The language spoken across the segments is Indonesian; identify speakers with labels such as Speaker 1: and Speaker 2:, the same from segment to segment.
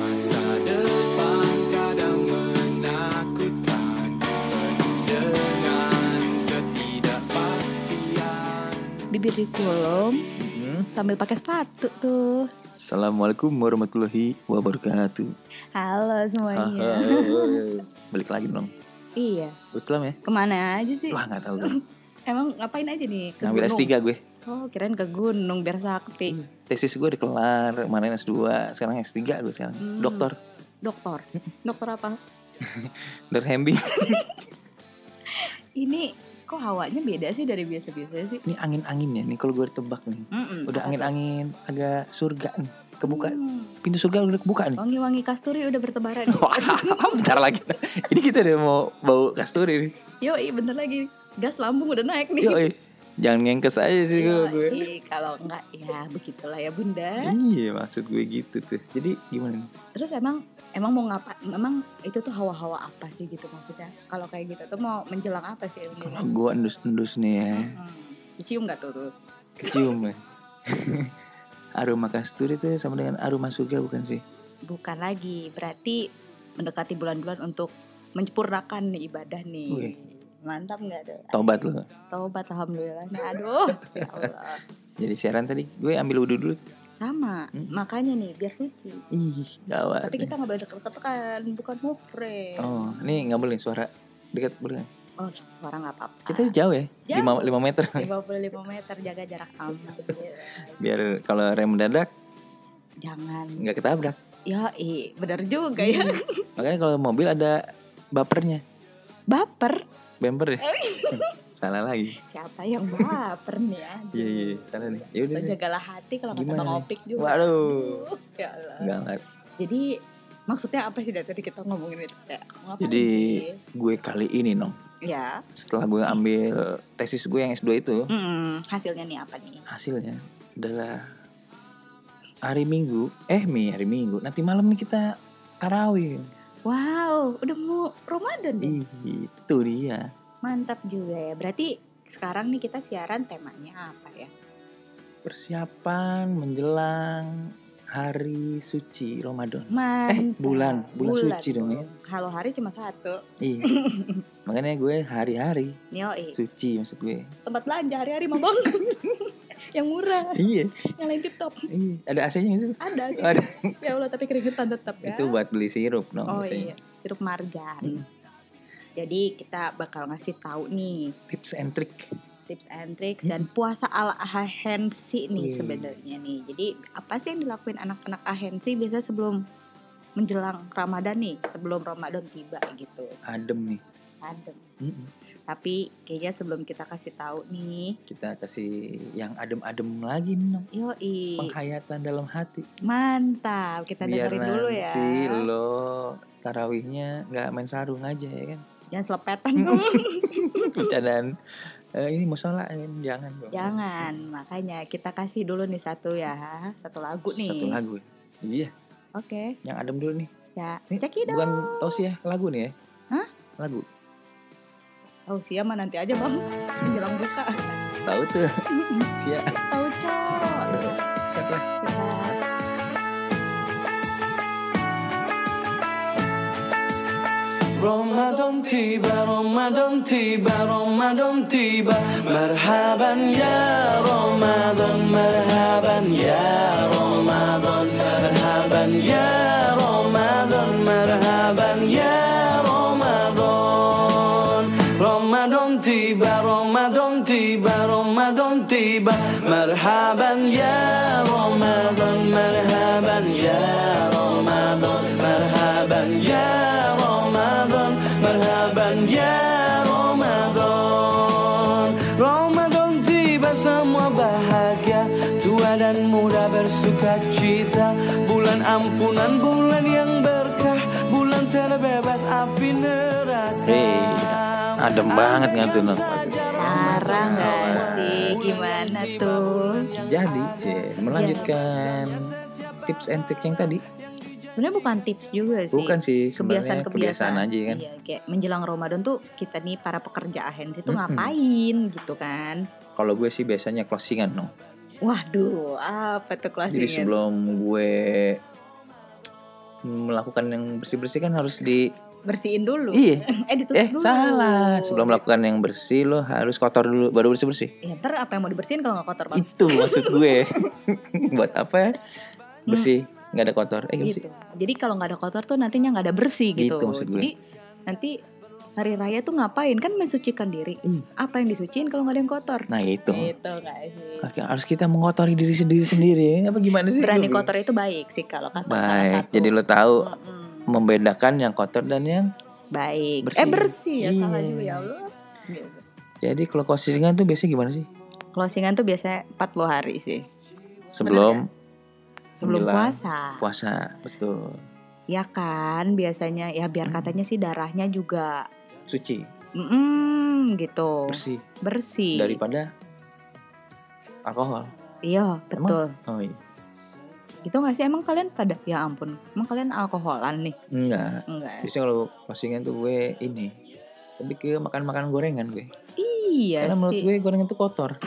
Speaker 1: Masa depan kadang menakutkan Penuh dengan ketidakpastian
Speaker 2: bibir dikulum
Speaker 3: Mm-hmm.
Speaker 2: sambil pakai sepatu tuh.
Speaker 3: Assalamualaikum warahmatullahi wabarakatuh.
Speaker 2: Halo
Speaker 3: Haha.
Speaker 2: semuanya.
Speaker 3: Balik lagi dong.
Speaker 2: iya,
Speaker 3: Islam ya?
Speaker 2: kemana aja sih?
Speaker 3: Wah nggak tahu gue.
Speaker 2: Emang ngapain aja nih? Ke
Speaker 3: Ngambil Mm.
Speaker 2: gunung?
Speaker 3: S3 gue.
Speaker 2: Oh, kirain ke gunung biar sakti.
Speaker 3: Tesis gue udah kelar. Kemarin S2, sekarang S3 gue sekarang.
Speaker 2: Hmm.
Speaker 3: Doktor.
Speaker 2: Doktor. Dokter apa?
Speaker 3: Dokter Hembi.
Speaker 2: Ini kok hawanya beda sih dari biasa-biasa sih?
Speaker 3: Ini angin-angin ya. Nih kalau gue tebak nih.
Speaker 2: Mm-mm.
Speaker 3: Udah
Speaker 2: Apa
Speaker 3: angin-angin agak surga nih.
Speaker 2: tuh?
Speaker 3: Kebuka.
Speaker 2: Hmm.
Speaker 3: Pintu surga udah kebuka nih.
Speaker 2: Wangi-wangi kasturi udah bertebaran.
Speaker 3: Wah, bentar lagi. Ini kita udah mau bau kasturi nih.
Speaker 2: Yoi, bentar lagi gas lambung udah naik nih.
Speaker 3: Yoi. Jangan ngengkes aja sih kalau gue.
Speaker 2: Yoi, kalau enggak ya begitulah ya Bunda.
Speaker 3: Iya maksud gue gitu tuh. Jadi gimana nih?
Speaker 2: Terus emang emang mau ngapa? Emang itu tuh hawa-hawa apa sih gitu maksudnya? Kalau kayak gitu tuh mau menjelang apa sih?
Speaker 3: Kalau gue endus-endus nih ya.
Speaker 2: Hmm. Dicium nggak tuh tuh?
Speaker 3: kecium ya. aroma kasturi itu sama dengan aroma surga bukan sih?
Speaker 2: Bukan lagi. Berarti mendekati bulan-bulan untuk menyempurnakan nih ibadah nih.
Speaker 3: Wih.
Speaker 2: Mantap nggak tuh?
Speaker 3: Tobat loh.
Speaker 2: Tobat alhamdulillah. Nah, aduh, ya Allah.
Speaker 3: Jadi siaran tadi gue ambil wudhu dulu.
Speaker 2: Sama.
Speaker 3: Hmm.
Speaker 2: Makanya nih biar suci.
Speaker 3: Ih, gawat.
Speaker 2: Tapi
Speaker 3: nih.
Speaker 2: kita nggak boleh deket-deket kan, bukan mukre.
Speaker 3: Oh, ini nggak boleh suara dekat boleh. nggak?
Speaker 2: Oh, suara nggak apa-apa.
Speaker 3: Kita jauh ya,
Speaker 2: Ah. Jauh.
Speaker 3: 5, meter.
Speaker 2: 55 meter jaga jarak aman.
Speaker 3: Biar kalau rem mendadak
Speaker 2: Jangan
Speaker 3: nggak ketabrak.
Speaker 2: Ya, eh, benar juga ya.
Speaker 3: Hmm. Makanya kalau mobil ada bapernya,
Speaker 2: Baper.
Speaker 3: bumper ya. salah lagi.
Speaker 2: Siapa yang baper nih ya?
Speaker 3: Iya iya, salah nih. Ya udah.
Speaker 2: Lo jagalah hati kalau kata
Speaker 3: Gimana
Speaker 2: Bang
Speaker 3: nih?
Speaker 2: Opik juga.
Speaker 3: Waduh.
Speaker 2: Aduh, ya Allah.
Speaker 3: Gawat.
Speaker 2: Jadi maksudnya apa sih dari tadi kita ngomongin itu? Kayak, ngapain
Speaker 3: Jadi
Speaker 2: sih?
Speaker 3: gue kali ini nong.
Speaker 2: ya.
Speaker 3: Setelah gue ambil tesis gue yang S2 itu,
Speaker 2: Mm-mm, hasilnya nih apa nih?
Speaker 3: hasilnya adalah hari Minggu eh mi hari Minggu nanti malam nih kita tarawih
Speaker 2: Wow, udah mau Ramadan nih.
Speaker 3: Ih, itu dia
Speaker 2: Mantap juga ya. Berarti sekarang nih kita siaran temanya apa ya?
Speaker 3: Eh, persiapan menjelang hari suci Ramadan
Speaker 2: Mantap.
Speaker 3: bulan- bulan suci dong ya.
Speaker 2: Kalau hari cuma satu.
Speaker 3: Ih, makanya gue hari-hari
Speaker 2: Yoi.
Speaker 3: suci maksud gue
Speaker 2: Tempat belanja hari-hari mah Bang. yang murah,
Speaker 3: iya
Speaker 2: nyalain tip top.
Speaker 3: iya ada AC-nya nggak sih
Speaker 2: Ada sih.
Speaker 3: Ada.
Speaker 2: Ya Allah tapi keringetan tetap ya.
Speaker 3: itu buat beli sirup dong
Speaker 2: oh
Speaker 3: biasanya.
Speaker 2: iya, sirup marjan.
Speaker 3: Hmm.
Speaker 2: Jadi kita bakal ngasih tahu nih
Speaker 3: tips and trick
Speaker 2: tips and tricks
Speaker 3: Hmm.
Speaker 2: dan puasa ala ahensi nih
Speaker 3: Wih.
Speaker 2: sebenarnya nih. Jadi apa sih yang dilakuin anak-anak ahensi biasa sebelum menjelang Ramadan nih, sebelum Ramadan tiba gitu.
Speaker 3: adem nih
Speaker 2: Adem.
Speaker 3: Mm-mm.
Speaker 2: Tapi kayaknya sebelum kita kasih tahu nih,
Speaker 3: kita kasih yang adem-adem lagi nih
Speaker 2: Iya.
Speaker 3: Nong.
Speaker 2: yoi
Speaker 3: penghayatan dalam hati
Speaker 2: mantap. Kita dengerin dulu ya.
Speaker 3: nanti lo tarawihnya nggak main sarung aja ya kan
Speaker 2: Jangan selepetan dong.
Speaker 3: bercandaan eh, ini musola eh, jangan dong
Speaker 2: Jangan, makanya kita kasih dulu nih satu ya, satu lagu nih.
Speaker 3: satu lagu ya. iya
Speaker 2: Oke,
Speaker 3: yang adem dulu nih
Speaker 2: ya.
Speaker 3: Ini
Speaker 2: Cekidot.
Speaker 3: Eh, bukan tos ya lagu nih ya
Speaker 2: Hah?
Speaker 3: lagu
Speaker 2: Oh, siap mah nanti aja bang, menjelang buka.
Speaker 3: tahu tuh siap
Speaker 2: Tahu cok. Siap.
Speaker 1: Ramadan tiba, Ramadan tiba, Ramadan tiba Marhaban ya Ramadan, marhaban ya Ramadan Marhaban ya Ramadan, marhaban ya Ramadan Ramadan tiba, Ramadan tiba, Ramadan tiba Marhaban ya Ramadan, marhaban ya Ramadan Marhaban ya Ramadan, marhaban ya Ramadan Ramadan tiba semua bulan muda bersuka cita Bulan ampunan, bulan yang berkah Bulan terbebas api neraka
Speaker 3: Hei, adem banget nggak tuh, Nat?
Speaker 2: Parah nggak sih? Gimana tuh?
Speaker 3: Jadi, Cie, melanjutkan tips and trick yang tadi.
Speaker 2: Sebenarnya bukan tips juga sih.
Speaker 3: Bukan sih, sebenarnya
Speaker 2: kebiasaan
Speaker 3: kebiasaan aja kan.
Speaker 2: Iya, kayak menjelang Ramadan tuh kita nih para pekerja ahensi tuh
Speaker 3: Mm-mm.
Speaker 2: ngapain gitu kan?
Speaker 3: Kalau gue sih biasanya closingan, no.
Speaker 2: Waduh, apa tuh
Speaker 3: Jadi
Speaker 2: kelasnya?
Speaker 3: sebelum gue melakukan yang bersih-bersih kan harus di
Speaker 2: Bersihin dulu.
Speaker 3: Iya.
Speaker 2: Eh ditutup
Speaker 3: Eh,
Speaker 2: dulu.
Speaker 3: salah. Sebelum melakukan yang bersih lo harus kotor dulu baru bersih-bersih.
Speaker 2: Ya, ntar apa yang mau dibersihin kalau nggak kotor banget?
Speaker 3: Itu maksud gue. Buat apa ya? Bersih, nggak ada kotor. Eh, gimana sih?
Speaker 2: Hmm. gitu. Jadi kalau nggak ada kotor tuh nantinya nggak ada bersih gitu.
Speaker 3: Gitu maksud gue.
Speaker 2: Jadi nanti hari raya tuh ngapain? Kan mensucikan diri.
Speaker 3: Hmm.
Speaker 2: Apa yang disuciin kalau nggak ada yang kotor?
Speaker 3: Nah, itu.
Speaker 2: Gitu nggak sih?
Speaker 3: Oke, harus kita mengotori diri sendiri sendiri. Apa gimana sih?
Speaker 2: Berani
Speaker 3: Gue
Speaker 2: kotor itu baik sih kalau kata salah
Speaker 3: Baik,
Speaker 2: satu.
Speaker 3: jadi lo tahu
Speaker 2: Mm-mm.
Speaker 3: membedakan yang kotor dan yang
Speaker 2: baik.
Speaker 3: Bersih.
Speaker 2: Eh bersih ya salah
Speaker 3: Iya.
Speaker 2: juga ya Allah. Gitu.
Speaker 3: jadi kalau closingan tuh biasanya gimana sih?
Speaker 2: Closingan tuh biasanya 40 hari sih.
Speaker 3: Sebelum
Speaker 2: Sebelum
Speaker 3: Menjelang.
Speaker 2: puasa.
Speaker 3: puasa, betul.
Speaker 2: Ya kan biasanya ya biar
Speaker 3: Hmm.
Speaker 2: katanya sih darahnya juga
Speaker 3: Suci,
Speaker 2: mm gitu.
Speaker 3: bersih
Speaker 2: Bersih.
Speaker 3: daripada alkohol.
Speaker 2: Iya, betul.
Speaker 3: Oh iya.
Speaker 2: Itu gak sih emang kalian pada ya ampun, emang kalian alkoholan nih?
Speaker 3: Enggak.
Speaker 2: Enggak.
Speaker 3: Biasanya kalau closingan tuh gue ini lebih ke makan-makan gorengan gue.
Speaker 2: Iya
Speaker 3: Karena menurut
Speaker 2: sih.
Speaker 3: gue gorengan tuh kotor.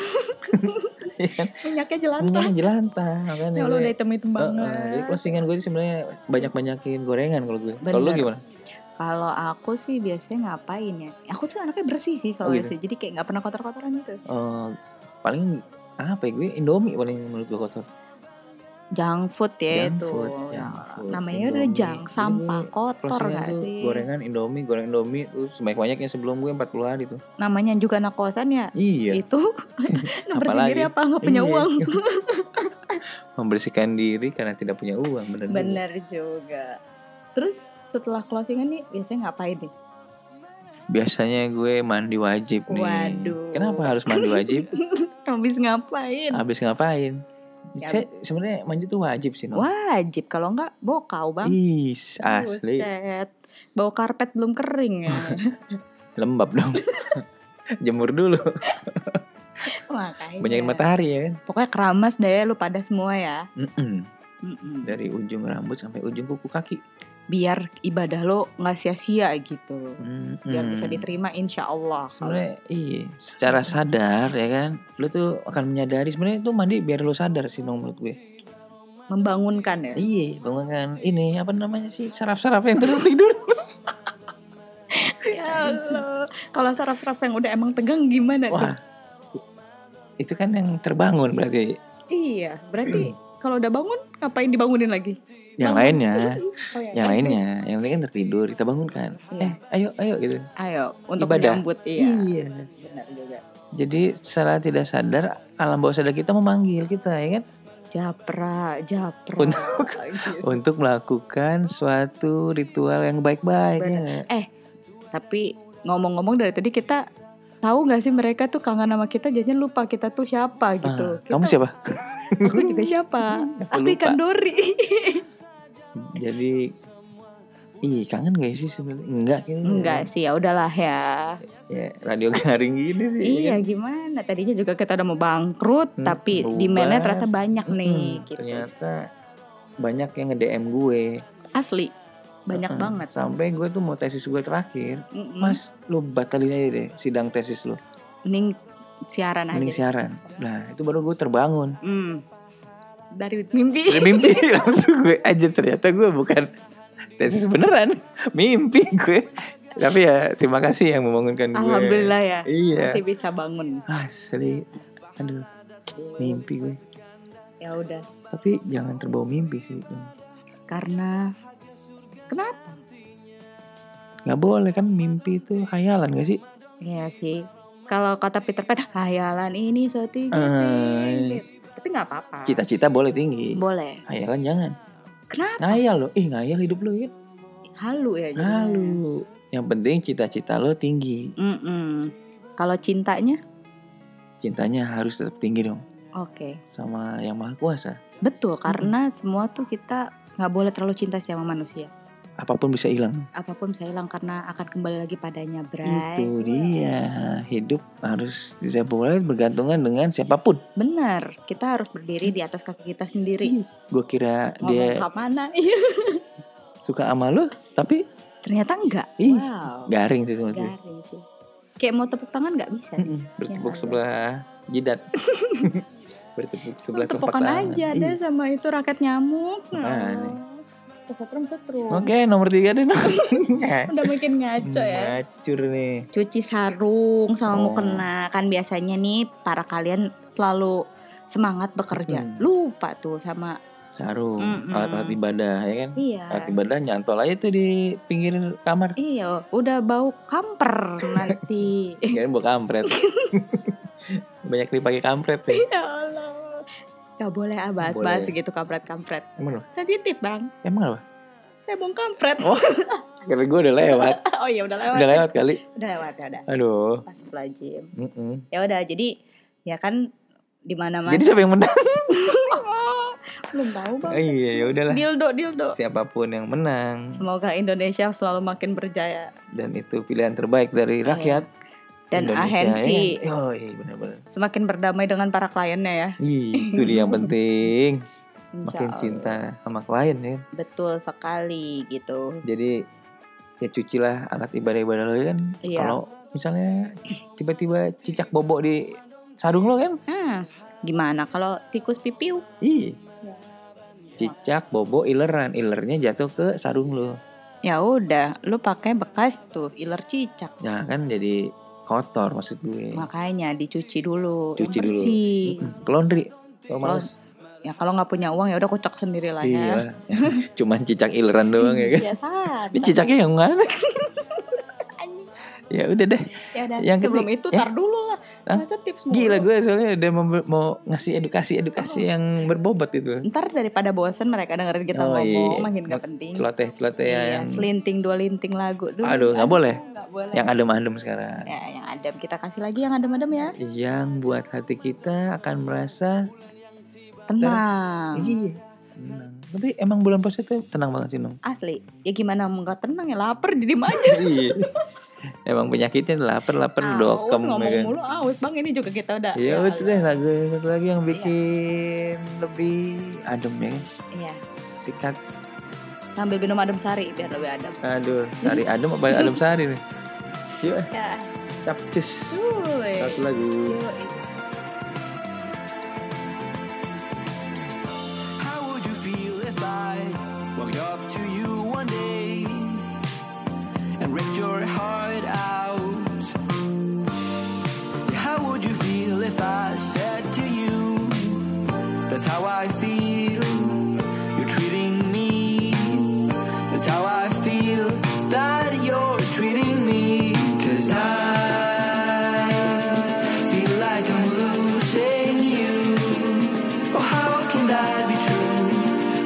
Speaker 2: Minyaknya jelantah.
Speaker 3: Minyaknya jelantah, makanya.
Speaker 2: Ya Allah
Speaker 3: gue-
Speaker 2: udah hitam-hitam
Speaker 3: Heeh, jadi
Speaker 2: banget.
Speaker 3: closingan gue tuh sebenarnya banyak-banyakin gorengan kalau gue. Kalau lu
Speaker 2: Bener.
Speaker 3: gimana?
Speaker 2: Kalau aku sih biasanya ngapain ya? Aku tuh anaknya bersih sih soalnya
Speaker 3: gitu.
Speaker 2: sih. Jadi kayak nggak pernah kotor-kotoran gitu.
Speaker 3: Eh, paling apa ya gue Indomie paling menurut gue kotor.
Speaker 2: Junk food ya
Speaker 3: Junk
Speaker 2: itu.
Speaker 3: food, junk food,
Speaker 2: Namanya udah
Speaker 3: Indomie.
Speaker 2: junk,
Speaker 3: Jadi
Speaker 2: sampah
Speaker 3: gue
Speaker 2: kotor
Speaker 3: Closingan
Speaker 2: gak
Speaker 3: tuh
Speaker 2: sih?
Speaker 3: gorengan Indomie, goreng Indomie tuh sebanyak-banyaknya sebelum gue 40 hari tuh.
Speaker 2: Namanya juga anak kosan ya.
Speaker 3: Iya.
Speaker 2: Itu ngebersihin
Speaker 3: Apalagi.
Speaker 2: diri apa nggak punya
Speaker 3: Iya.
Speaker 2: uang?
Speaker 3: Membersihkan diri karena tidak punya uang, bener. juga.
Speaker 2: Bener juga. Terus setelah closingan nih biasanya ngapain nih?
Speaker 3: Biasanya gue mandi wajib nih.
Speaker 2: Waduh.
Speaker 3: Kenapa harus mandi wajib?
Speaker 2: Habis ngapain?
Speaker 3: Habis ngapain?
Speaker 2: Ya,
Speaker 3: Saya sebenarnya mandi tuh wajib sih. Nom.
Speaker 2: Wajib kalau enggak bokau bang.
Speaker 3: Is, asli.
Speaker 2: Buset. Bawa karpet belum kering ya.
Speaker 3: Lembab dong. Jemur dulu,
Speaker 2: Makanya.
Speaker 3: banyakin matahari ya kan.
Speaker 2: Pokoknya keramas deh lu pada semua ya.
Speaker 3: Mm-mm.
Speaker 2: Mm-mm.
Speaker 3: Dari ujung rambut sampai ujung kuku kaki.
Speaker 2: Biar ibadah lo nggak sia-sia gitu.
Speaker 3: Mm-mm.
Speaker 2: Biar bisa diterima insya Allah.
Speaker 3: Mm. sebenarnya iya secara sadar ya kan lu tuh akan menyadari sebenarnya tuh mandi biar lu sadar sih Nong, menurut gue
Speaker 2: Membangunkan ya.
Speaker 3: iya bangunkan ini apa namanya sih saraf-saraf yang terus tidur
Speaker 2: ya Allah. Kalau saraf-saraf yang udah emang tegang gimana tuh?
Speaker 3: wah itu kan yang terbangun berarti
Speaker 2: Iya. Berarti kalau udah bangun ngapain dibangunin lagi?
Speaker 3: Mm. yang
Speaker 2: Bangun.
Speaker 3: lainnya
Speaker 2: Oh, ya.
Speaker 3: yang lainnya yang lain kan tertidur kita bangunkan eh
Speaker 2: Iya.
Speaker 3: ayo ayo gitu
Speaker 2: Ayo untuk
Speaker 3: Ibadah.
Speaker 2: menyambut iya.
Speaker 3: iya
Speaker 2: Benar juga.
Speaker 3: jadi secara tidak sadar alam bawah sadar kita memanggil kita ya kan
Speaker 2: Japra, japra.
Speaker 3: Untuk-
Speaker 2: Gitu.
Speaker 3: untuk melakukan suatu ritual yang baik-baik ya
Speaker 2: Benar.
Speaker 3: nggak?
Speaker 2: Tapi ngomong-ngomong dari tadi kita tahu nggak sih mereka tuh kangen sama kita jadinya lupa kita tuh siapa gitu.
Speaker 3: Ah, kamu
Speaker 2: Kita-
Speaker 3: siapa
Speaker 2: Aku juga siapa? Aku
Speaker 3: lupa.
Speaker 2: ikan dori.
Speaker 3: Jadi Ih kangen gak sih sebenarnya? Enggak kayaknya.
Speaker 2: Enggak sih ya udahlah ya.
Speaker 3: Ya, radio garing gini sih.
Speaker 2: Iya
Speaker 3: kan?
Speaker 2: gimana? Tadinya juga kita udah mau bangkrut,
Speaker 3: Hmm,
Speaker 2: tapi
Speaker 3: berubah.
Speaker 2: demandnya ternyata banyak nih.
Speaker 3: Mm-mm,
Speaker 2: gitu.
Speaker 3: kan? Hmm, Ternyata banyak yang nge-DM gue.
Speaker 2: Asli, banyak
Speaker 3: Mm-mm.
Speaker 2: banget. Hmm.
Speaker 3: Sampai gue tuh mau tesis gue terakhir.
Speaker 2: Mm-mm.
Speaker 3: Ah, Mas, lu batalin aja deh sidang tesis lu.
Speaker 2: mending siaran aja.
Speaker 3: Mending
Speaker 2: deh.
Speaker 3: siaran. Nah, itu baru gue terbangun.
Speaker 2: Hmm. Dari mimpi.
Speaker 3: Dari mimpi langsung gue aja ternyata gue bukan tesis beneran. Mimpi gue. Tapi ya terima kasih yang membangunkan gue.
Speaker 2: Alhamdulillah ya.
Speaker 3: Iya.
Speaker 2: Masih bisa bangun.
Speaker 3: Asli Aduh Mimpi gue
Speaker 2: Ya udah,
Speaker 3: Tapi jangan terbawa mimpi sih
Speaker 2: karena kenapa?
Speaker 3: Gak boleh kan mimpi itu hayalan gak sih?
Speaker 2: Ya sih. Kalau kata Peter Pan, "Ah, hayalan ini setinggi tinggi. Tapi nggak apa-apa.
Speaker 3: Ah, iya. Cita-cita boleh tinggi
Speaker 2: Boleh.
Speaker 3: Hayalan jangan
Speaker 2: Kenapa?
Speaker 3: Ngayal lo Ih ngayal hidup lo gitu
Speaker 2: Halu ya. jadinya.
Speaker 3: Lalu Yang penting cita-cita lo tinggi
Speaker 2: Mm-mm. Kalau cintanya,
Speaker 3: Cintanya harus tetap tinggi dong
Speaker 2: Oke.
Speaker 3: sama yang maha kuasa.
Speaker 2: Betul karena semua tuh kita nggak boleh terlalu cinta sama manusia.
Speaker 3: Apapun bisa hilang.
Speaker 2: Apapun bisa hilang karena akan kembali lagi padanya, Bray.
Speaker 3: Itu dia. Hidup harus tidak boleh bergantungan dengan siapapun.
Speaker 2: Bener, kita harus berdiri di atas kaki kita sendiri.
Speaker 3: Gue kira
Speaker 2: Ngomong
Speaker 3: Iya. dia
Speaker 2: ke mana? Iya.
Speaker 3: suka sama lu, tapi
Speaker 2: Ternyata enggak.
Speaker 3: Ih,
Speaker 2: Wow.
Speaker 3: garing sih sama dia.
Speaker 2: Garing sih. Kayak mau tepuk tangan nggak bisa.
Speaker 3: Mm-mm, Bertepuk
Speaker 2: Ya,
Speaker 3: sebelah jidat. Bertepuk sebelah telapak
Speaker 2: Tepukan
Speaker 3: tangan.
Speaker 2: aja
Speaker 3: Iya.
Speaker 2: deh sama itu rakyat nyamuk. Nah.
Speaker 3: Makanya.
Speaker 2: Kesetrum setrum.
Speaker 3: Hmm. Oke, nomor tiga deh. Nom.
Speaker 2: Udah makin ngaco ya.
Speaker 3: Ngacur nih.
Speaker 2: cuci sarung sama
Speaker 3: Hmm. Oh.
Speaker 2: mukena kan biasanya nih para kalian selalu semangat bekerja
Speaker 3: Mm.
Speaker 2: lupa tuh sama
Speaker 3: Sarung,
Speaker 2: Mm-mm.
Speaker 3: alat-alat ibadah ya kan? Alat
Speaker 2: iya
Speaker 3: ibadah nyantol aja tuh di pinggir kamar.
Speaker 2: iya udah bau kamper nanti
Speaker 3: Kirain buat kampret. Banyak dipakai kampret nih.
Speaker 2: ya Allah Gak boleh ah bahas-bahas gitu kampret-kampret
Speaker 3: Emang apa?
Speaker 2: Sensitif bang
Speaker 3: Emang apa?
Speaker 2: Saya bong kampret
Speaker 3: Oh. Karena gue udah lewat,
Speaker 2: Oh iya udah lewat
Speaker 3: udah lewat kali.
Speaker 2: Udah lewat ya udah
Speaker 3: Aduh.
Speaker 2: Pas pelajim
Speaker 3: Mm-mm.
Speaker 2: Ya udah jadi Ya kan di mana mana
Speaker 3: Jadi siapa yang menang?
Speaker 2: Belum tahu
Speaker 3: Oh,
Speaker 2: bang
Speaker 3: iya, ya udahlah.
Speaker 2: Dildo dildo
Speaker 3: Siapapun yang menang
Speaker 2: Semoga Indonesia selalu makin berjaya
Speaker 3: dan itu pilihan terbaik dari
Speaker 2: Iya.
Speaker 3: rakyat
Speaker 2: dan
Speaker 3: Indonesia,
Speaker 2: ahensi
Speaker 3: Ya. Oh iya benar-benar.
Speaker 2: semakin berdamai dengan para kliennya ya.
Speaker 3: Ih, Itu dia yang penting.
Speaker 2: Insya
Speaker 3: Makin
Speaker 2: Allah.
Speaker 3: cinta sama klien ya.
Speaker 2: Betul sekali gitu.
Speaker 3: Jadi ya cucilah alat ibadah-ibadah lo ya kan.
Speaker 2: Iya.
Speaker 3: Kalau misalnya tiba-tiba cicak bobok di sarung lo kan.
Speaker 2: Nah, gimana kalau tikus pipiu?
Speaker 3: Ih.
Speaker 2: Ya.
Speaker 3: Cicak bobok ileran, ilernya jatuh ke sarung lo.
Speaker 2: Ya udah, lu pakai bekas tuh iler cicak.
Speaker 3: Nah, kan jadi kotor maksud gue.
Speaker 2: Makanya dicuci dulu, yang
Speaker 3: Iya. Cuci dulu.
Speaker 2: bersih.
Speaker 3: Mm-mm. Ke laundry. Kalau males.
Speaker 2: Ya kalau nggak punya uang ya udah kocok sendiri lah ya. Iya.
Speaker 3: Iya. Cuman cicak ileran doang ya kan.
Speaker 2: Biasa.
Speaker 3: Ini cicaknya yang mana? ya udah deh.
Speaker 2: Ya udah,
Speaker 3: Yang
Speaker 2: sebelum
Speaker 3: ketiga-
Speaker 2: itu
Speaker 3: eh?
Speaker 2: tar dulu lah.
Speaker 3: Hah?
Speaker 2: Masa tips mulu?
Speaker 3: Gila gue soalnya udah mau, mau ngasih edukasi-edukasi yang berbobot itu.
Speaker 2: Ntar daripada bosen mereka dengerin kita
Speaker 3: Oh, iya.
Speaker 2: ngomong makin nggak penting.
Speaker 3: celoteh-celoteh
Speaker 2: Iya,
Speaker 3: yang
Speaker 2: selinting dua linting lagu dulu. kan
Speaker 3: Aduh, nggak boleh.
Speaker 2: Nggak boleh.
Speaker 3: yang adem-adem sekarang.
Speaker 2: Ya, yang adem kita kasih lagi yang adem-adem ya.
Speaker 3: Yang buat hati kita akan merasa
Speaker 2: Tenang.
Speaker 3: iya. Tenang. Tapi emang bulan puasa tuh tenang banget sih, Nung.
Speaker 2: Asli. Ya gimana mau nggak tenang ya lapar di aja.
Speaker 3: Iya. emang penyakitnya lapar-lapar
Speaker 2: Aus,
Speaker 3: dokem ya
Speaker 2: Ah, ngomong
Speaker 3: kan.
Speaker 2: mulu aus bang ini juga kita udah. Iya.
Speaker 3: Ya
Speaker 2: Allah.
Speaker 3: udah deh, lagu satu lagi yang bikin lebih adem ya kan.
Speaker 2: Iya.
Speaker 3: Sikat.
Speaker 2: Sambil minum adem sari biar lebih adem.
Speaker 3: Aduh, sari adem apa adem sari nih? Yuk,
Speaker 2: Ya.
Speaker 3: capcus.
Speaker 2: Uy.
Speaker 3: Satu lagu.
Speaker 2: Yoi.
Speaker 1: How would you feel if I walked up to you one day and ripped your heart out? How would you feel if I said to you, That's how I feel, you're treating me. That's how I feel that you're treating me. Cause I feel like I'm losing you. Oh, how can that be true?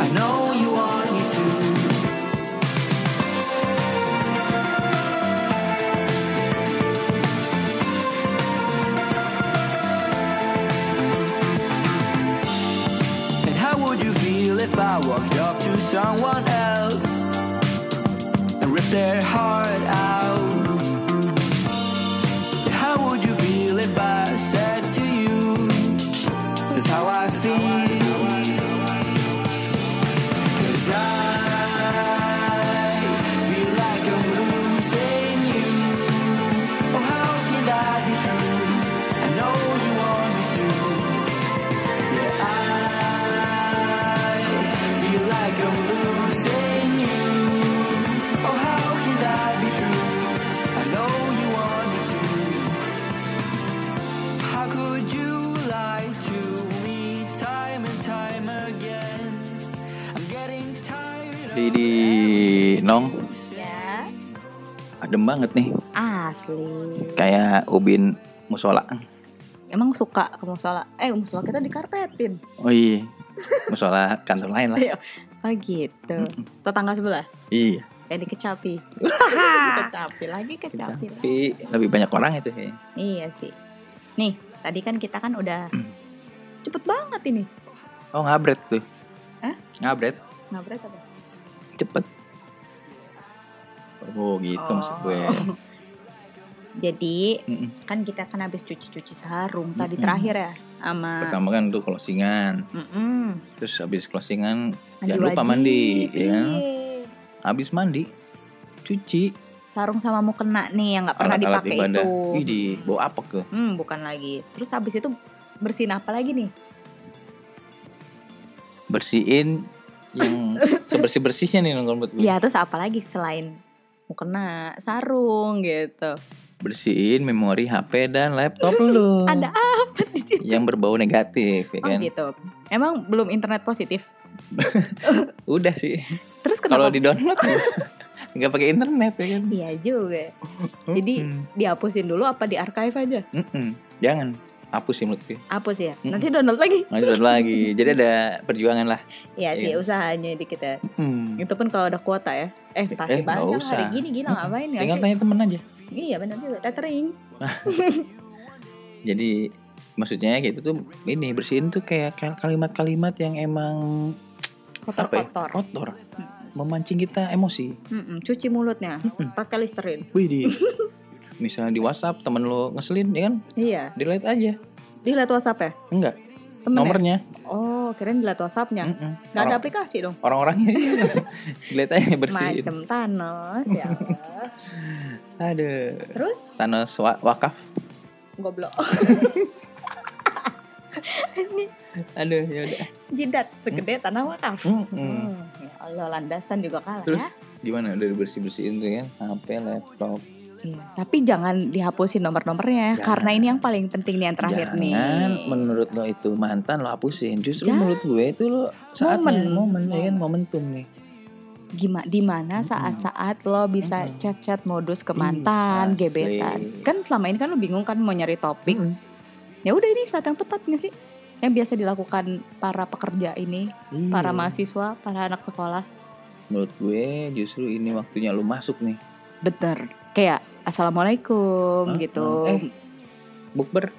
Speaker 1: I know you want me to. And how would you feel if I walked up to someone else and ripped their heart out? How would you feel if I said to you? That's how I feel. Cause I feel like I'm losing you. Oh, how can that be true? I know you want me to. Yeah, I feel like I'm losing you. Oh, how can that be true? I know you want me to. How could you lie to me time and time again? I'm getting tired of
Speaker 3: Jadi, Nong,
Speaker 2: Ya.
Speaker 3: adem banget nih.
Speaker 2: Asli.
Speaker 3: Kayak ubin musola.
Speaker 2: Emang suka ke musola? Eh musola kita dikarpetin.
Speaker 3: Oh iya, musola kantor lain lah.
Speaker 2: Oh gitu. Tetangga sebelah.
Speaker 3: Iya.
Speaker 2: Yang dikecapi. kecapi lagi kecapi lagi.
Speaker 3: Tapi lebih banyak orang itu kayaknya.
Speaker 2: Iya sih. Nih, tadi kan kita kan udah cepet banget ini
Speaker 3: Oh ngabret tuh.
Speaker 2: Hah?
Speaker 3: Ngabret.
Speaker 2: ngabret apa
Speaker 3: Cepet. Oh gitu maksud
Speaker 2: Oh.
Speaker 3: gue.
Speaker 2: jadi
Speaker 3: Mm-mm.
Speaker 2: kan kita kan habis cuci-cuci sarung tadi
Speaker 3: Mm-mm.
Speaker 2: terakhir ya sama
Speaker 3: Pertama kan tuh closingan.
Speaker 2: Mm-mm.
Speaker 3: Terus habis closingan
Speaker 2: Mandi
Speaker 3: jangan lupa
Speaker 2: wajib,
Speaker 3: mandi ya. kan?
Speaker 2: iya.
Speaker 3: Habis mandi cuci
Speaker 2: sarung sama mau kena nih yang nggak pernah
Speaker 3: alat-alat
Speaker 2: dipakai
Speaker 3: ibadah.
Speaker 2: itu
Speaker 3: Ih, di bawa apa ke?
Speaker 2: hmm bukan lagi terus habis itu bersihin apa lagi nih
Speaker 3: Bersihin yang sebersih-bersihnya nih nongkrong buat gue.
Speaker 2: ya terus apa lagi selain mau kena sarung gitu
Speaker 3: Bersihin memori HP dan laptop lu.
Speaker 2: ada apa di situ
Speaker 3: Yang berbau negatif ya
Speaker 2: Oh
Speaker 3: Oh. kan.
Speaker 2: gitu. Emang belum internet positif.
Speaker 3: Udah sih.
Speaker 2: Terus kenapa?
Speaker 3: Kalau di download nggak pakai internet ya kan.
Speaker 2: Iya juga. Jadi-
Speaker 3: Mm-mm.
Speaker 2: Dihapusin dulu apa di archive aja?
Speaker 3: Mm-mm. Jangan hapus sih menurut gue.
Speaker 2: Hapus ya.
Speaker 3: Mm-mm.
Speaker 2: Nanti download lagi.
Speaker 3: Lanjut lagi. Jadi ada perjuangan lah.
Speaker 2: Iya sih
Speaker 3: Iya.
Speaker 2: usahanya dikit ya.
Speaker 3: Mm.
Speaker 2: Itu pun kalau ada kuota ya. Eh pasti
Speaker 3: nggak
Speaker 2: banyak hari
Speaker 3: usah.
Speaker 2: gini gila
Speaker 3: Mm-mm.
Speaker 2: ngapain nggak
Speaker 3: Tinggal
Speaker 2: sih?
Speaker 3: tanya temen aja.
Speaker 2: Iya benar juga tethering.
Speaker 3: Jadi maksudnya gitu tuh ini bersihin tuh kayak kal- kalimat-kalimat yang emang apa ya?
Speaker 2: Kotor-kotor. Hmm.
Speaker 3: Kotor. Memancing kita emosi.
Speaker 2: Mm-mm, Cuci mulutnya.
Speaker 3: Mm-mm.
Speaker 2: Pakai listerin.
Speaker 3: Wih di. Misalnya di WhatsApp temen lo ngeselin ya kan,
Speaker 2: Iya.
Speaker 3: delete aja.
Speaker 2: Dilihat WhatsApp ya.
Speaker 3: Enggak,
Speaker 2: Temen ya?
Speaker 3: nomornya.
Speaker 2: Oh kirain dilihat WhatsAppnya.
Speaker 3: Mm-mm.
Speaker 2: Gak ada
Speaker 3: Mm. Orang-
Speaker 2: aplikasi dong.
Speaker 3: Orang-orangnya delete aja bersihin.
Speaker 2: Macem Thanos ya. Allah.
Speaker 3: Aduh.
Speaker 2: Terus
Speaker 3: Thanos wa- wakaf.
Speaker 2: goblok.
Speaker 3: Aduh, ya udah.
Speaker 2: Jidat
Speaker 3: Hmm.
Speaker 2: segede tanah wakaf.
Speaker 3: Mm-mm.
Speaker 2: Hmm. Ya Allah landasan juga kalah
Speaker 3: Terus
Speaker 2: ya.
Speaker 3: gimana udah bersih bersihin tuh kan HP laptop
Speaker 2: Iya, Tapi jangan dihapusin nomor-nomornya
Speaker 3: Jangan.
Speaker 2: karena ini yang paling penting nih yang terakhir
Speaker 3: Jangan
Speaker 2: nih.
Speaker 3: menurut lo itu mantan lo hapusin justru
Speaker 2: Jangan.
Speaker 3: menurut gue itu lo saatnya
Speaker 2: Momen.
Speaker 3: momen, ya kan momentum nih
Speaker 2: Gimana di mana
Speaker 3: Mm-mm.
Speaker 2: saat-saat lo bisa
Speaker 3: Mm-mm.
Speaker 2: chat-chat modus ke mantan,
Speaker 3: Ih, Hmm. asli. Hmm.
Speaker 2: gebetan. Kan selama ini kan lo bingung kan mau nyari topik.
Speaker 3: Mm-mm.
Speaker 2: Ya udah ini saat yang tepat nggak sih? Yang biasa dilakukan para pekerja ini,
Speaker 3: Iya.
Speaker 2: para mahasiswa, para anak sekolah.
Speaker 3: menurut gue justru ini waktunya lo masuk nih
Speaker 2: Bener. Kayak assalamualaikum
Speaker 3: Mm-mm.
Speaker 2: gitu.
Speaker 3: Eh, bukber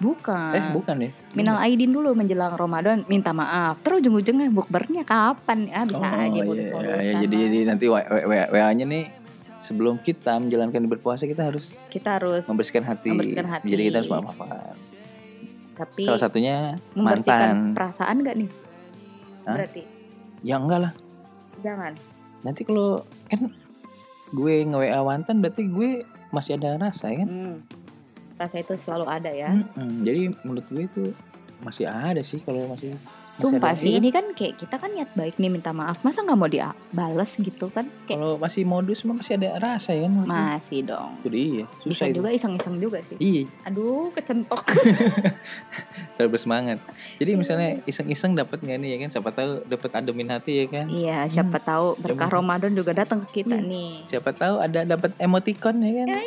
Speaker 2: Bukan.
Speaker 3: eh bukan ya
Speaker 2: Ah. Minal Aidin dulu menjelang Ramadan minta maaf. Terus ujung-ujungnya bukbernya kapan? Ah bisa
Speaker 3: oh,
Speaker 2: aja
Speaker 3: iya,
Speaker 2: modus
Speaker 3: iya, iya. jadi jadi nanti wa nya nih sebelum kita menjalankan berpuasa kita harus
Speaker 2: kita harus
Speaker 3: membersihkan hati.
Speaker 2: Membersihkan hati.
Speaker 3: Jadi kita harus maaf-maafan.
Speaker 2: tapi
Speaker 3: Salah satunya
Speaker 2: membersihkan
Speaker 3: mantan.
Speaker 2: perasaan nggak nih?
Speaker 3: Hah?
Speaker 2: Berarti
Speaker 3: ya enggak lah.
Speaker 2: jangan.
Speaker 3: Nanti kalau kan gue nge-WA mantan berarti gue masih ada rasa ya Hmm, kan?
Speaker 2: Hmm. Rasa itu selalu ada ya.
Speaker 3: Mm-mm. Jadi menurut gue itu masih ada sih kalau masih masih
Speaker 2: Sumpah
Speaker 3: ada.
Speaker 2: sih
Speaker 3: Iya.
Speaker 2: ini kan kayak kita kan niat baik nih minta maaf. Masa nggak mau dibales gitu kan? Kayak
Speaker 3: Kalau masih modus mah masih ada rasa ya kan? menurut gue.
Speaker 2: masih dong.
Speaker 3: Itu dia. iya.
Speaker 2: Bisa
Speaker 3: Susah itu.
Speaker 2: juga iseng-iseng juga sih.
Speaker 3: Iya,
Speaker 2: Aduh kecentok.
Speaker 3: terlalu bersemangat.
Speaker 2: Iya.
Speaker 3: Jadi misalnya iseng-iseng dapat nggak nih ya kan? Siapa tahu dapat ademin hati ya kan?
Speaker 2: iya siapa tahu berkah
Speaker 3: Coba.
Speaker 2: Ramadan juga datang ke kita
Speaker 3: Iya.
Speaker 2: nih.
Speaker 3: Siapa tahu ada dapat emoticon ya kan? Ih,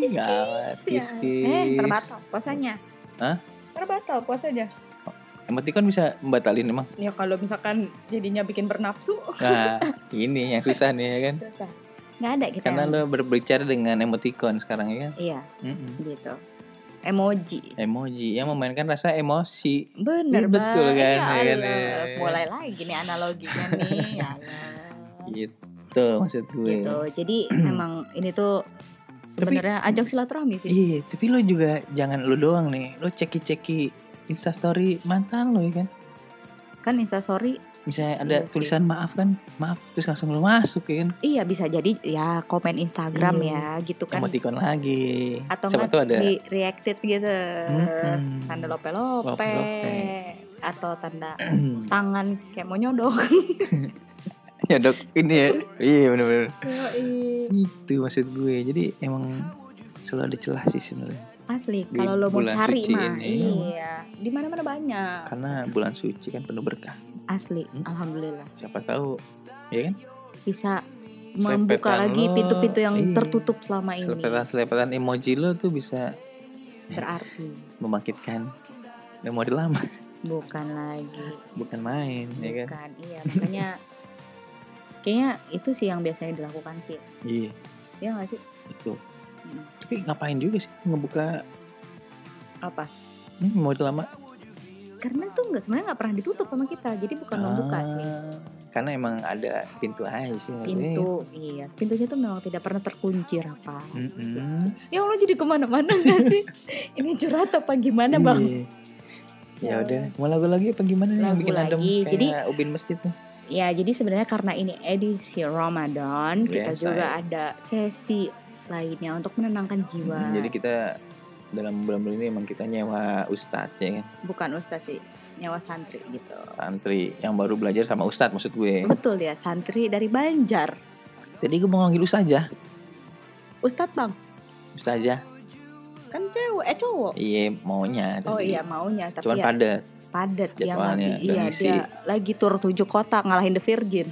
Speaker 2: Kiss-kiss
Speaker 3: Gawat,
Speaker 2: ya.
Speaker 3: kiss-kiss.
Speaker 2: Eh, terbatal puasanya.
Speaker 3: Hah?
Speaker 2: Terbatal puasanya.
Speaker 3: Emoticon bisa membatalin emang.
Speaker 2: Ya kalau misalkan jadinya bikin bernafsu. oh,
Speaker 3: Nah, ini yang susah nih ya kan?
Speaker 2: Nggak ada kita.
Speaker 3: Karena
Speaker 2: yang-
Speaker 3: lo berbicara dengan emoticon sekarang ya kan?
Speaker 2: Iya,
Speaker 3: Mm-mm.
Speaker 2: gitu. Emoji.
Speaker 3: Emoji yang memainkan rasa emosi.
Speaker 2: Bener
Speaker 3: Ih, betul
Speaker 2: Bang.
Speaker 3: kan,
Speaker 2: Ya
Speaker 3: ya kan,
Speaker 2: Allah.
Speaker 3: ya.
Speaker 2: Mulai lagi nih analoginya nih. ya Allah.
Speaker 3: Gitu maksud gue.
Speaker 2: gitu. Jadi emang ini tuh sebenarnya ajang silaturahmi sih.
Speaker 3: Iya, tapi lo juga jangan lo doang nih. Lo ceki-ceki instastory mantan lo ya kan.
Speaker 2: Kan instastory
Speaker 3: Misalnya ada
Speaker 2: Iya sih.
Speaker 3: tulisan maaf kan, maaf terus langsung lo masuk ya kan.
Speaker 2: iya bisa jadi ya komen Instagram
Speaker 3: Iya.
Speaker 2: ya gitu kan.
Speaker 3: Emoticon lagi.
Speaker 2: Atau
Speaker 3: Siapa
Speaker 2: nggak
Speaker 3: tuh ada
Speaker 2: di reacted gitu.
Speaker 3: Mm-mm.
Speaker 2: Tanda lope-lope
Speaker 3: Lope-lope.
Speaker 2: atau tanda tangan kayak mau nyodok.
Speaker 3: ya dok ini ya iya bener-bener
Speaker 2: Yoi.
Speaker 3: itu Gitu maksud gue jadi emang selalu ada celah sih sebenarnya
Speaker 2: Asli,
Speaker 3: Di
Speaker 2: kalau lo mau
Speaker 3: bulan
Speaker 2: cari
Speaker 3: suci
Speaker 2: mah,
Speaker 3: ini.
Speaker 2: iya, di mana-mana banyak.
Speaker 3: karena bulan suci kan penuh berkah
Speaker 2: Asli,
Speaker 3: Hmm.
Speaker 2: alhamdulillah
Speaker 3: siapa tahu ya kan
Speaker 2: bisa
Speaker 3: Selepetan
Speaker 2: membuka lagi
Speaker 3: lo,
Speaker 2: pintu-pintu yang
Speaker 3: iya.
Speaker 2: tertutup selama Nah, ini.
Speaker 3: selepetan selepetan emoji lo tuh bisa
Speaker 2: Berarti
Speaker 3: membangkitkan memori lama
Speaker 2: bukan lagi,
Speaker 3: bukan main ya kan
Speaker 2: bukan, iya, makanya kayaknya itu sih yang biasanya dilakukan sih.
Speaker 3: iya
Speaker 2: Ya nggak sih?
Speaker 3: betul
Speaker 2: Mm.
Speaker 3: tapi ngapain juga sih ngebuka
Speaker 2: Apa?
Speaker 3: hmm, memori lama
Speaker 2: karena tuh nggak sebenarnya nggak pernah ditutup sama kita jadi bukan membuka sih
Speaker 3: Ah, karena emang ada pintu aja sih.
Speaker 2: pintu iya pintunya tuh memang tidak pernah terkunci apa
Speaker 3: Mm-mm.
Speaker 2: ya allah jadi kemana-mana nggak sih ini curhat apa gimana bang
Speaker 3: Iya. Ya udah, mau lagu lagi apa gimana nih yang
Speaker 2: Lagu
Speaker 3: bikin adem
Speaker 2: lagi,
Speaker 3: kayak
Speaker 2: jadi-
Speaker 3: ubin masjid tuh.
Speaker 2: Ya, jadi sebenarnya karena ini edisi Ramadan, kita
Speaker 3: Biasa,
Speaker 2: juga
Speaker 3: ya.
Speaker 2: ada sesi lainnya untuk menenangkan jiwa.
Speaker 3: Hmm, Jadi kita dalam bulan-bulan ini emang kita nyewa ustadz ya kan,
Speaker 2: Bukan ustaz sih, nyawa santri gitu.
Speaker 3: santri yang baru belajar sama ustadz maksud gue.
Speaker 2: Betul ya, santri dari Banjar.
Speaker 3: Tadi gue mau manggil ustadz aja,
Speaker 2: Ustadz Bang,
Speaker 3: ustadz aja.
Speaker 2: kan cewek, eh cowok.
Speaker 3: Iya maunya.
Speaker 2: Oh
Speaker 3: tadi.
Speaker 2: iya maunya, tapi
Speaker 3: Cuman
Speaker 2: ya
Speaker 3: padat.
Speaker 2: padat ya
Speaker 3: jadwalnya,
Speaker 2: lagi. Iya,
Speaker 3: dan isi.
Speaker 2: dia lagi tur tujuh kota ngalahin The Virgin.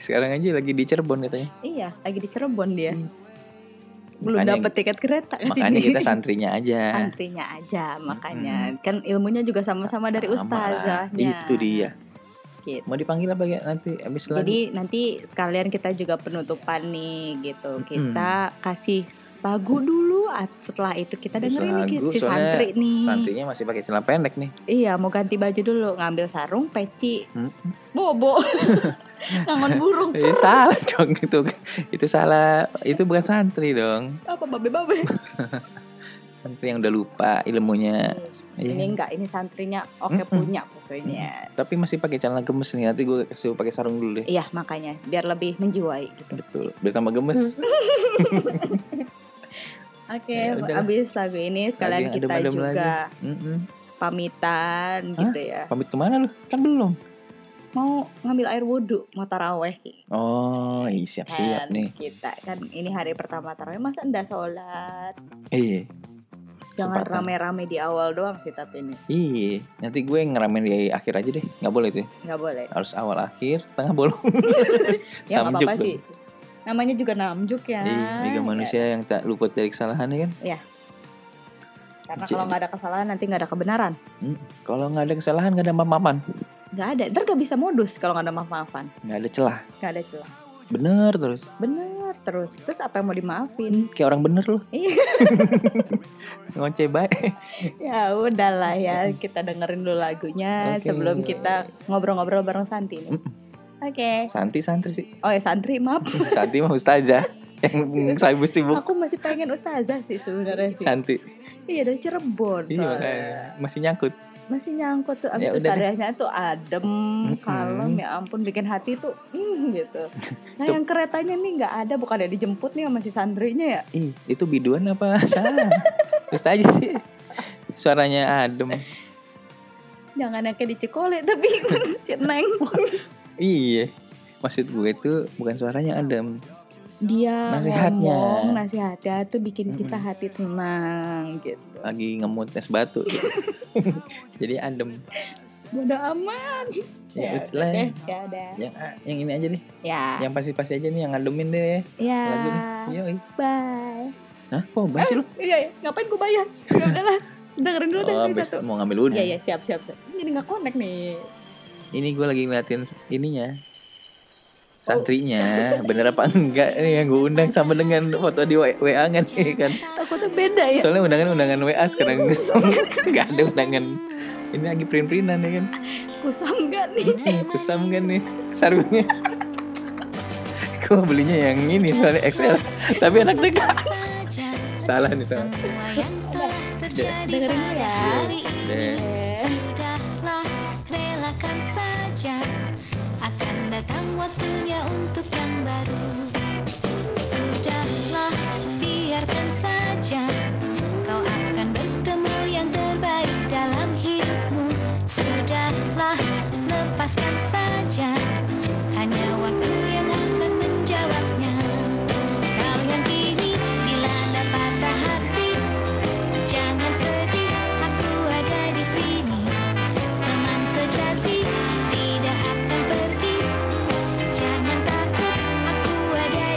Speaker 3: Sekarang aja lagi di Cirebon katanya.
Speaker 2: iya, lagi di Cirebon dia. Belum
Speaker 3: Hmm. Makanya-
Speaker 2: dapet tiket kereta ke
Speaker 3: Makanya
Speaker 2: sini.
Speaker 3: kita santrinya aja.
Speaker 2: Santrinya aja makanya kan ilmunya juga sama-sama dari
Speaker 3: Sama lah.
Speaker 2: ustazahnya.
Speaker 3: Itu dia.
Speaker 2: Gitu.
Speaker 3: Mau dipanggil apa ya nanti abis
Speaker 2: Jadi nanti sekalian kita juga penutupan nih
Speaker 3: Hmm.
Speaker 2: gitu. Kita kasih lagu dulu at- setelah itu kita dengerin nih
Speaker 3: Lagu,
Speaker 2: si
Speaker 3: soalnya
Speaker 2: santri nih.
Speaker 3: santrinya masih pakai celana pendek nih.
Speaker 2: Iya, mau ganti baju dulu, ngambil sarung, peci,
Speaker 3: Hmm.
Speaker 2: bobo. Ngangon burung.
Speaker 3: Eh, salah dong itu. Itu salah. Itu bukan santri dong.
Speaker 2: Apa babe-babe?
Speaker 3: Santri yang udah lupa ilmunya. Iya. Hmm,
Speaker 2: Ini enggak, ini santrinya oke
Speaker 3: Mm-mm.
Speaker 2: punya pokoknya.
Speaker 3: Tapi masih pakai celana gemes nih. Nanti gue kasih pakai sarung dulu deh.
Speaker 2: Iya, makanya biar lebih menjiwai gitu.
Speaker 3: Betul. Biar tambah gemes.
Speaker 2: Oke,
Speaker 3: Ya, udahlah.
Speaker 2: abis lagu ini sekalian
Speaker 3: yang
Speaker 2: kita
Speaker 3: adem-adem
Speaker 2: juga
Speaker 3: Mm-mm.
Speaker 2: pamitan gitu ya.
Speaker 3: Pamit kemana lu? Kan belum.
Speaker 2: Mau ngambil air wudhu, mau taraweh gitu
Speaker 3: Oh, iya,
Speaker 2: kan
Speaker 3: siap-siap nih.
Speaker 2: kita kan ini hari pertama taraweh masa ndak sholat
Speaker 3: Iya.
Speaker 2: jangan
Speaker 3: Kesempatan.
Speaker 2: rame-rame di awal doang sih tapi ini
Speaker 3: Iya, nanti gue ngeramein di akhir aja deh. Nggak boleh tuh.
Speaker 2: nggak boleh
Speaker 3: Harus awal akhir, tengah bolong.
Speaker 2: ya nggak apa-apa
Speaker 3: Samjuk
Speaker 2: sih
Speaker 3: dong.
Speaker 2: namanya juga namjuk ya
Speaker 3: Iya, liga manusia yang tak luput dari kesalahan ya kan.
Speaker 2: karena kalau nggak ada kesalahan nanti nggak ada kebenaran
Speaker 3: Hmm. Kalau nggak ada kesalahan nggak ada maaf-maafan,
Speaker 2: nggak ada ntar nggak bisa modus kalau nggak ada maaf-maafan
Speaker 3: nggak ada celah.
Speaker 2: nggak ada celah
Speaker 3: Bener terus.
Speaker 2: bener terus terus apa yang mau dimaafin
Speaker 3: Kayak orang bener loh.
Speaker 2: Iya.
Speaker 3: Ngoceh baik.
Speaker 2: ya udahlah ya kita dengerin dulu lagunya
Speaker 3: Oke.
Speaker 2: sebelum kita ngobrol-ngobrol bareng Santi nih oke
Speaker 3: Santi santri sih.
Speaker 2: oh ya Santri maaf
Speaker 3: Santi mah ustazah yang sibuk sibuk.
Speaker 2: Aku masih pengen ustazah sih sebenarnya sih.
Speaker 3: Santi.
Speaker 2: Iya dari Cirebon.
Speaker 3: Kan? Iya
Speaker 2: soalnya.
Speaker 3: makanya. masih nyangkut.
Speaker 2: Masih nyangkut tuh abis
Speaker 3: Ya udah deh.
Speaker 2: ustazahnya tuh adem, kalem ya ampun bikin hati tuh hmm, gitu. Nah
Speaker 3: Tuh.
Speaker 2: yang keretanya nih nggak ada bukan ada dijemput nih sama si santrinya ya.
Speaker 3: Ih, itu biduan apa salah? ustazah sih. Suaranya adem.
Speaker 2: Jangan yang kayak dicekole tapi si Neng
Speaker 3: Iya. Maksud gue tuh bukan suaranya adem,
Speaker 2: dia
Speaker 3: Nasihatnya.
Speaker 2: ngomong nasihatnya tuh bikin kita
Speaker 3: Mm-mm.
Speaker 2: hati tenang gitu.
Speaker 3: lagi ngemut es batu. Jadi adem.
Speaker 2: Bodo amat.
Speaker 3: Ya, it's
Speaker 2: udah deh,
Speaker 3: like.
Speaker 2: ya udah.
Speaker 3: Yang, yang ini aja deh,
Speaker 2: Ya.
Speaker 3: yang pasti-pasti aja nih yang ngademin deh.
Speaker 2: Ya.
Speaker 3: Lagu nih. Yoi.
Speaker 2: Bye.
Speaker 3: Hah, kok basi lu?
Speaker 2: Iya, iya. ngapain gue bayar? Ya udahlah, dengerin dulu deh
Speaker 3: Oh,
Speaker 2: dari
Speaker 3: abis
Speaker 2: satu.
Speaker 3: mau ngambil udah.
Speaker 2: Iya, iya, siap, siap. siap. Ini Jadi nggak connect nih.
Speaker 3: Ini gue lagi ngeliatin ininya.
Speaker 2: Oh.
Speaker 3: Santrinya, bener apa enggak nih yang gue undang sama dengan foto di W- WA kan
Speaker 2: Iya.
Speaker 3: nih kan.
Speaker 2: Takutnya beda ya.
Speaker 3: Soalnya undangan-undangan WA sekarang
Speaker 2: iya.
Speaker 3: enggak ada undangan. Ini lagi print-printan ya kan.
Speaker 2: Kusam nggak nih?
Speaker 3: Kusam kan nih sarungnya. Gue belinya yang ini soalnya XL, tapi anak TK. Salah nih Iya, salah.
Speaker 2: Dengerin dulu ya.
Speaker 3: Deh.
Speaker 4: Sudahlah, relakan saja Akan datang waktunya untuk yang baru Sudahlah, biarkan saja Kau akan bertemu yang terbaik dalam hidupmu Sudahlah, lepaskan saja Hanya waktu yang akan menjawabnya Kau yang kini dilanda patah hati Jangan sedih, aku ada di sini. Teman sejati tidak akan pergi. Jangan takut, aku ada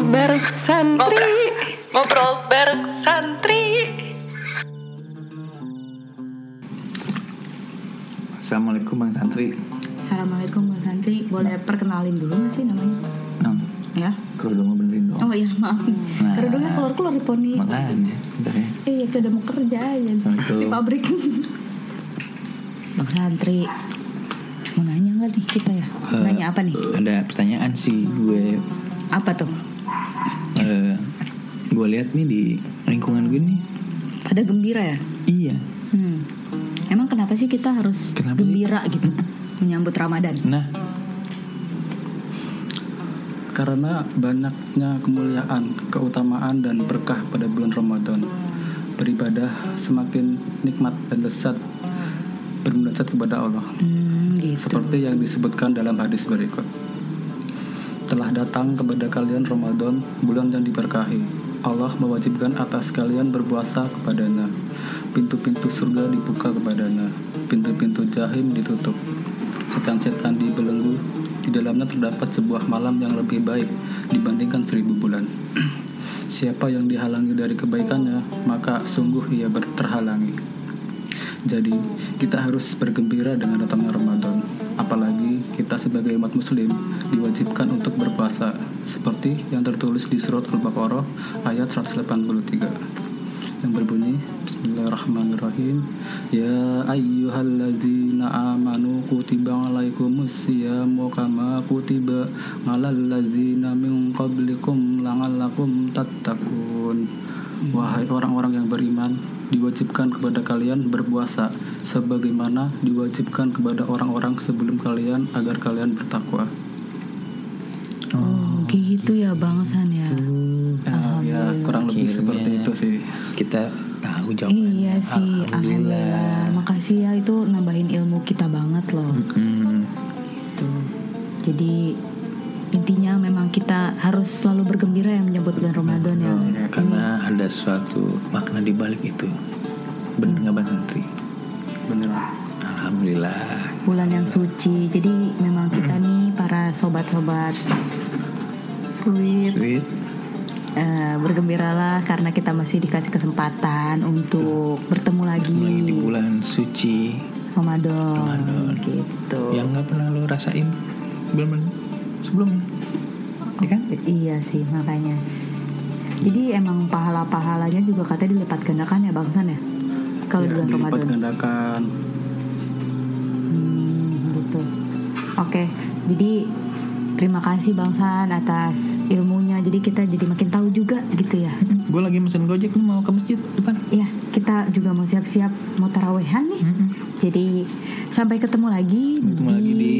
Speaker 5: Ngobrol,
Speaker 2: santri
Speaker 5: ngobrol bareng santri.
Speaker 3: Assalamualaikum Bang Santri.
Speaker 2: Assalamualaikum Bang Santri Boleh perkenalin dulu gak sih namanya?
Speaker 3: Nam,
Speaker 2: Ya
Speaker 3: kerudung lo benerin dong.
Speaker 2: Oh iya maaf
Speaker 3: Nah.
Speaker 2: Kerudungnya keluar-keluar di poni
Speaker 3: Makanya, bentar ya.
Speaker 2: Iya kita udah mau kerja iya. aja
Speaker 3: Assalamualaikum.
Speaker 2: Di pabrik Bang Santri Mau nanya gak nih kita ya?
Speaker 3: Eh,
Speaker 2: nanya apa nih?
Speaker 3: Ada pertanyaan sih gue.
Speaker 2: Apa tuh? Ya.
Speaker 3: eh, gue lihat nih di lingkungan gue nih.
Speaker 2: Ada gembira ya?
Speaker 3: Iya.
Speaker 2: Hmm. Emang kenapa sih kita harus
Speaker 3: Kenapa sih?
Speaker 2: gembira gitu menyambut Ramadan?
Speaker 3: Nah,
Speaker 6: Karena banyaknya kemuliaan, keutamaan, dan berkah pada bulan Ramadan Beribadah semakin nikmat dan lezat Bermunajat kepada Allah
Speaker 2: Hmm, gitu.
Speaker 6: Seperti yang disebutkan dalam hadis berikut Telah datang kepada kalian Ramadan, bulan yang diberkahi Allah mewajibkan atas kalian berpuasa kepadanya Pintu-pintu surga dibuka kepadanya Pintu-pintu jahim ditutup Setan-setan dibelenggu Di dalamnya terdapat sebuah malam yang lebih baik dibandingkan seribu bulan Siapa yang dihalangi dari kebaikannya, maka sungguh ia ber- terhalangi jadi kita harus bergembira dengan datangnya Ramadan. Apalagi kita sebagai umat muslim diwajibkan untuk berpuasa seperti yang tertulis di surat Al-Baqarah ayat 183 yang berbunyi Bismillahirrahmanirrahim Ya ayyuhalladzina amanu kutiba alaikumus siyamu kama kutiba alal ladzina min qablikum la'allakum tattaqun Wahai orang-orang yang beriman, diwajibkan kepada kalian berpuasa sebagaimana diwajibkan kepada orang-orang sebelum kalian agar kalian bertakwa.
Speaker 2: Oh, gitu ya Bang San ya.
Speaker 6: ya, kurang lebih
Speaker 3: akhirnya.
Speaker 6: seperti itu sih.
Speaker 3: kita tahu jawabannya.
Speaker 2: Iya sih, alhamdulillah. Makasih ya itu nambahin ilmu kita banget loh. Gitu.
Speaker 3: Hmm,
Speaker 2: Jadi intinya memang kita harus selalu bergembira ya menyambut bulan Ramadan ya.
Speaker 3: karena ada suatu makna di balik itu. Bener nggak Bang Santri?
Speaker 6: Beneran.
Speaker 3: Alhamdulillah.
Speaker 2: Bulan yang suci. Jadi memang kita nih para sobat-sobat sweet
Speaker 3: Sweet.
Speaker 2: Eh, bergembiralah karena kita masih dikasih kesempatan untuk bertemu lagi
Speaker 3: Mulai di bulan suci
Speaker 2: Ramadan,
Speaker 3: Ramadan.
Speaker 2: gitu.
Speaker 3: yang nggak pernah lo rasain belum sebelumnya, ya kan?
Speaker 2: Iya sih makanya. Jadi emang pahala-pahalanya juga katanya dilipat gandakan ya Bang San ya? Kalau di
Speaker 3: Iya,
Speaker 6: Ya,
Speaker 2: bulan
Speaker 6: dilipat
Speaker 2: Ramadan.
Speaker 6: gandakan.
Speaker 2: Hmm, gitu. Oke, jadi terima kasih Bang San atas ilmunya. Jadi kita jadi makin tahu juga gitu ya.
Speaker 3: Gue lagi mesen gojek lu mau ke masjid depan.
Speaker 2: Ya, kita juga mau siap-siap mau tarawehan nih. Jadi sampai ketemu lagi di,
Speaker 3: Ketemu lagi di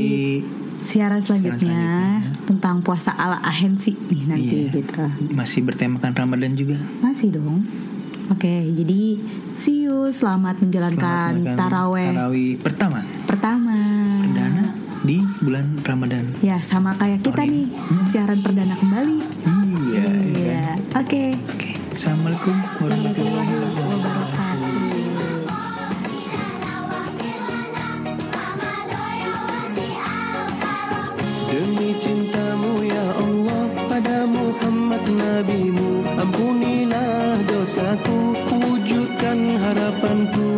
Speaker 2: siaran selanjutnya,
Speaker 3: selanjutnya.
Speaker 2: tentang puasa ala ahensi nih nanti
Speaker 3: Iya.
Speaker 2: gitu.
Speaker 3: masih bertemakan Ramadan juga.
Speaker 2: Masih dong. Oke, jadi see you. Selamat menjalankan
Speaker 3: Selamat melakukan
Speaker 2: taraweh
Speaker 3: Tarawih pertama
Speaker 2: pertama.
Speaker 3: perdana di bulan Ramadan.
Speaker 2: Ya, sama kayak kita
Speaker 3: Sorry.
Speaker 2: nih, siaran perdana kembali.
Speaker 3: Iya. iya.
Speaker 2: Iya. Oke.
Speaker 3: Oke. Assalamualaikum warahmatullahi
Speaker 2: Warahmatullahi wabarakatuh.
Speaker 1: Demi cintamu ya Allah pada Muhammad Nabimu Ampunilah dosaku wujudkan harapanku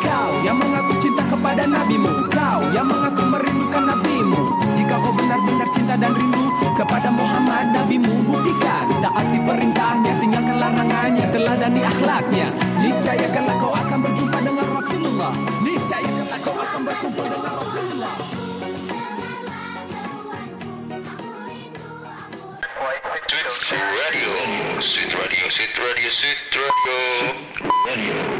Speaker 1: Kau yang mengaku cinta kepada nabimu Kau yang mengaku merindukan nabimu Jika kau benar-benar cinta dan rindu Kepada Muhammad nabimu Buktikan taati perintahnya Tinggalkan larangannya Teladani akhlaknya Niscaya kelak kau akan berjumpa dengan Rasulullah Niscaya kelak kau akan berkumpul dengan Rasulullah
Speaker 7: Sweet Radio, Sweet Radio, Sweet Radio, Sweet Radio. Radio.